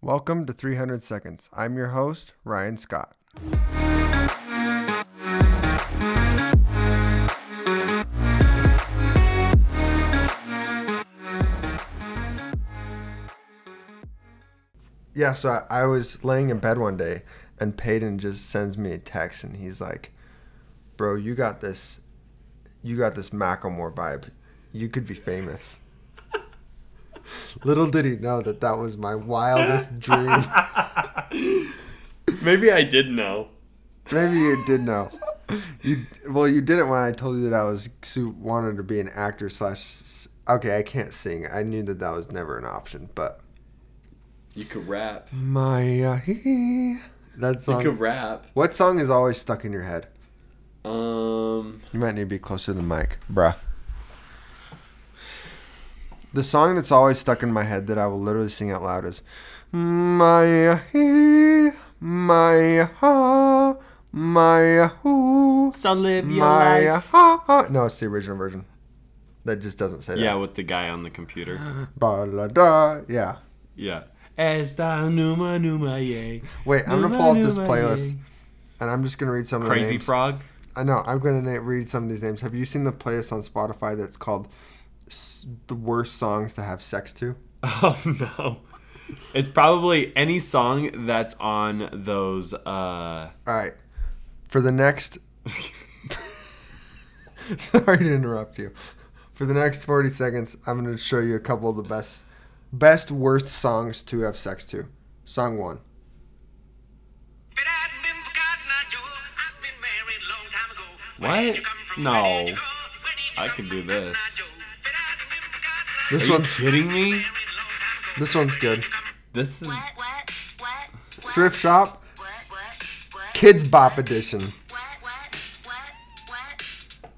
Welcome to 300 Seconds. I'm your host, Ryan Scott. Yeah, so I, I was laying in bed one day, and Peyton just sends me a text, and he's like, "Bro, you got this, you got this Macklemore vibe. You could be famous." Little did he know that that was my wildest dream. Maybe I did know. Maybe you did know. You well, you didn't when I told you that I was su- wanted to be an actor slash. s- Okay, I can't sing. I knew that that was never an option, but You could rap. Maya, hee, that You song. could rap. What song is always stuck in your head? Um, You might need to be closer to the mic, bruh. The song that's always stuck in my head that I will literally sing out loud is Maya, hee, Maya, ha, Maya, hoo. so live My ha, ha. No, it's the original version. That just doesn't say Yeah, that. with the guy on the computer. Ba la da. Yeah. Yeah. Esta numa numa yay. Wait, I'm gonna pull up this playlist and I'm just gonna read some of the Crazy names. Frog. I know. I'm gonna na- read some of these names. Have you seen the playlist on Spotify that's called S- "The Worst Songs to Have Sex to"? Oh no. It's probably any song that's on those. uh All right. For the next. Sorry to interrupt you. For the next 40 seconds, I'm gonna show you a couple of the best, best worst songs to have sex to. Song one. If it had been for God, not you, I've been married a long time ago. Where What? did you come from? No. Where did you go? Where did you I come can do from, God, this. not you? If it had been for God, not This Are you one's kidding me? married a long time ago. This one's good. This is. What, what, what, what? Thrift shop, What, what, what? kids bop edition. What, what, what, what,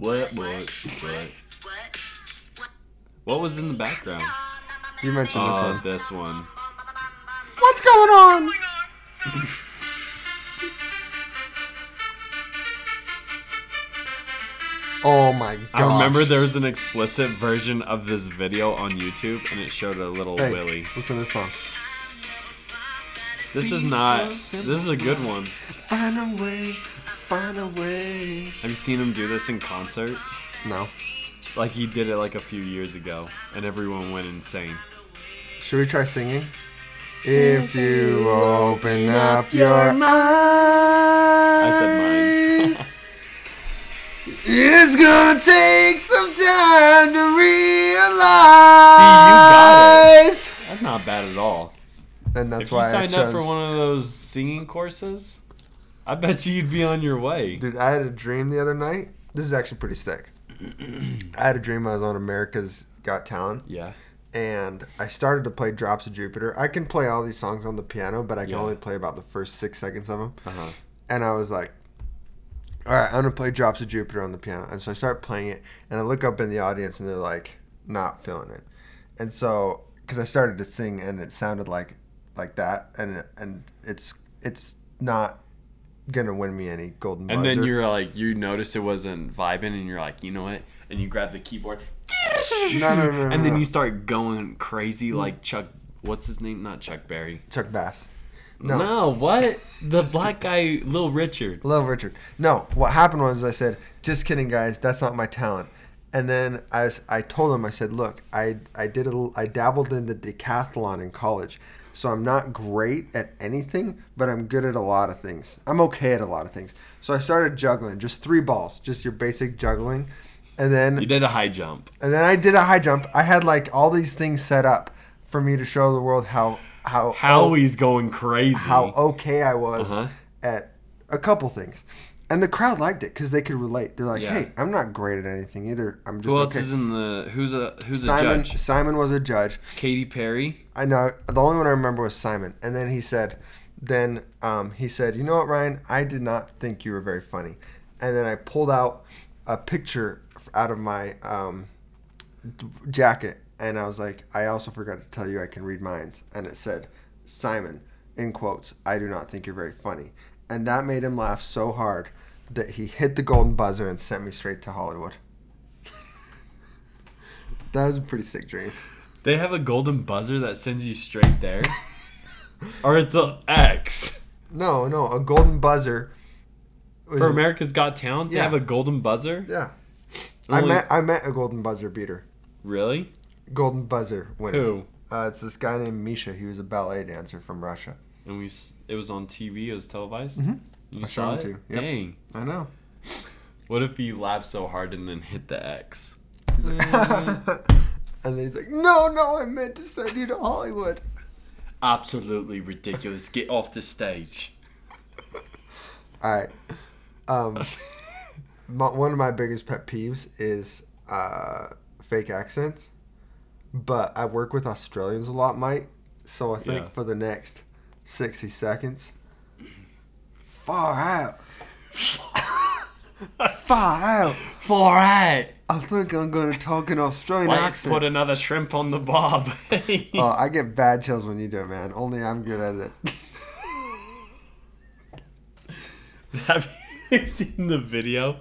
What, what, what? what? What was in the background? You mentioned this Oh, one. this one. What's going on? Oh my god. I remember there was an explicit version of this video on YouTube, and it showed a little Hey, Willy. Listen to this song. This is not. This is a good one. Find a way, find a way. Have you seen him do this in concert? No. Like he did it like a few years ago, and everyone went insane. Should we try singing? If you open up your eyes, I said mine. it's gonna take some time to got realize. That's not bad at all. And that's if you why I signed chose. up for one of those singing courses, I bet you you'd be on your way. Dude, I had a dream the other night. This is actually pretty sick. I had a dream I was on America's Got Talent, Yeah. and I started to play Drops of Jupiter. I can play all these songs on the piano, but I can Yeah. only play about the first six seconds of them. Uh huh. And I was like, all right, I'm going to play Drops of Jupiter on the piano. And so I start playing it, and I look up in the audience, and they're like, not feeling it. And so, because I started to sing, and it sounded like like that, and and it's it's not gonna win me any golden. And buzzer. then you're like, you noticed it wasn't vibing, and you're like, you know what? And you grab the keyboard. No, no, no, no, And then no. you start going Mm. crazy, like Chuck. What's his name? Not Chuck Berry. Chuck Bass. No. No, what? The black guy, Little Richard. Little Richard. No, what happened was I said, just kidding, guys. That's not my talent. And then I, was, I told him, I said, look, I, I did a little, I dabbled in the decathlon in college. So I'm not great at anything, but I'm good at a lot of things. I'm okay at a lot of things. So I started juggling, just three balls, just your basic juggling. And then You did a high jump. and then I did a high jump. I had like all these things set up for me to show the world how how Howie's going crazy. how okay I was Mm-hmm. Uh-huh. at a couple things. And the crowd liked it because they could relate. They're like, Yeah. "Hey, I'm not great at anything either. I'm oh, just Who else okay." is in the? Who's a? Who's Simon a judge? Simon was a judge. Katy Perry. I know the only one I remember was Simon. And then he said, then um, he said, "You know what, Ryan? I did not think you were very funny." And then I pulled out a picture f- out of my um, d- jacket, and I was like, "I also forgot to tell you I can read minds." And it said, "Simon," in quotes. I do not think you're very funny, and that made him laugh so hard that he hit the golden buzzer and sent me straight to Hollywood. that was a pretty sick dream. They have a golden buzzer that sends you straight there. or it's a X. No, no, a golden buzzer. was- For America's Got Talent, Mm-hmm. they Yeah. have a golden buzzer. yeah. I Only- met I met a golden buzzer beater. Really? Golden buzzer winner. Who? Uh, it's this guy named Misha. He was a ballet dancer from Russia. And we s- it was on TV. It was televised. You Mm-hmm. I saw saw him it. too, yep. Dang. I know. What if he laughed so hard and then hit the X? He's like, and then he's like, "No, no, I meant to send you to Hollywood." Absolutely ridiculous. Get off the stage. All right. Um, my, one of my biggest pet peeves is uh, fake accents, but I work with Australians a lot, Mike. So I think Yeah. for the next sixty seconds, far out, far out. All right. I think I'm gonna talk an Australian Let's accent. put another shrimp on the bob. Oh, I get bad chills when you do it, man. Only I'm good at it. Have you seen the video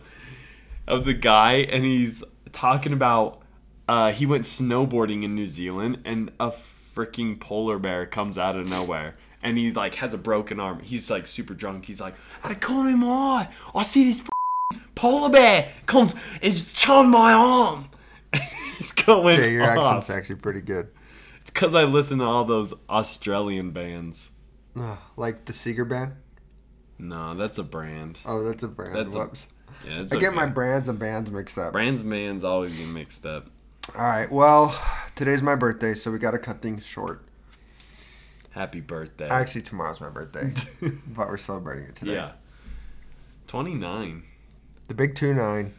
of the guy and he's talking about uh, he went snowboarding in New Zealand and a freaking polar bear comes out of nowhere and he like has a broken arm. He's like super drunk. He's like, out of corner of my eye, I see this f***ing polar bear comes is chawing my arm. And he's going Yeah, your accent's off. actually pretty good. It's because I listen to all those Australian bands. Ugh, like the Seeger band. No, that's a brand. Oh, that's a brand. That's a- Whoops. Yeah, it's I get okay. my brands and bands mixed up. brands man's always get mixed up. All right. Well, today's my birthday, so we got to cut things short. Happy birthday. Actually, tomorrow's my birthday, but we're celebrating it today. yeah. 29. The Big Two Nine.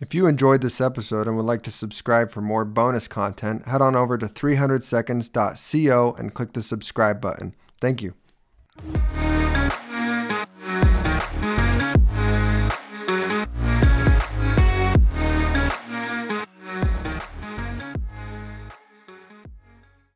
If you enjoyed this episode and would like to subscribe for more bonus content, head on over to 300seconds.co and click the subscribe button. Thank you.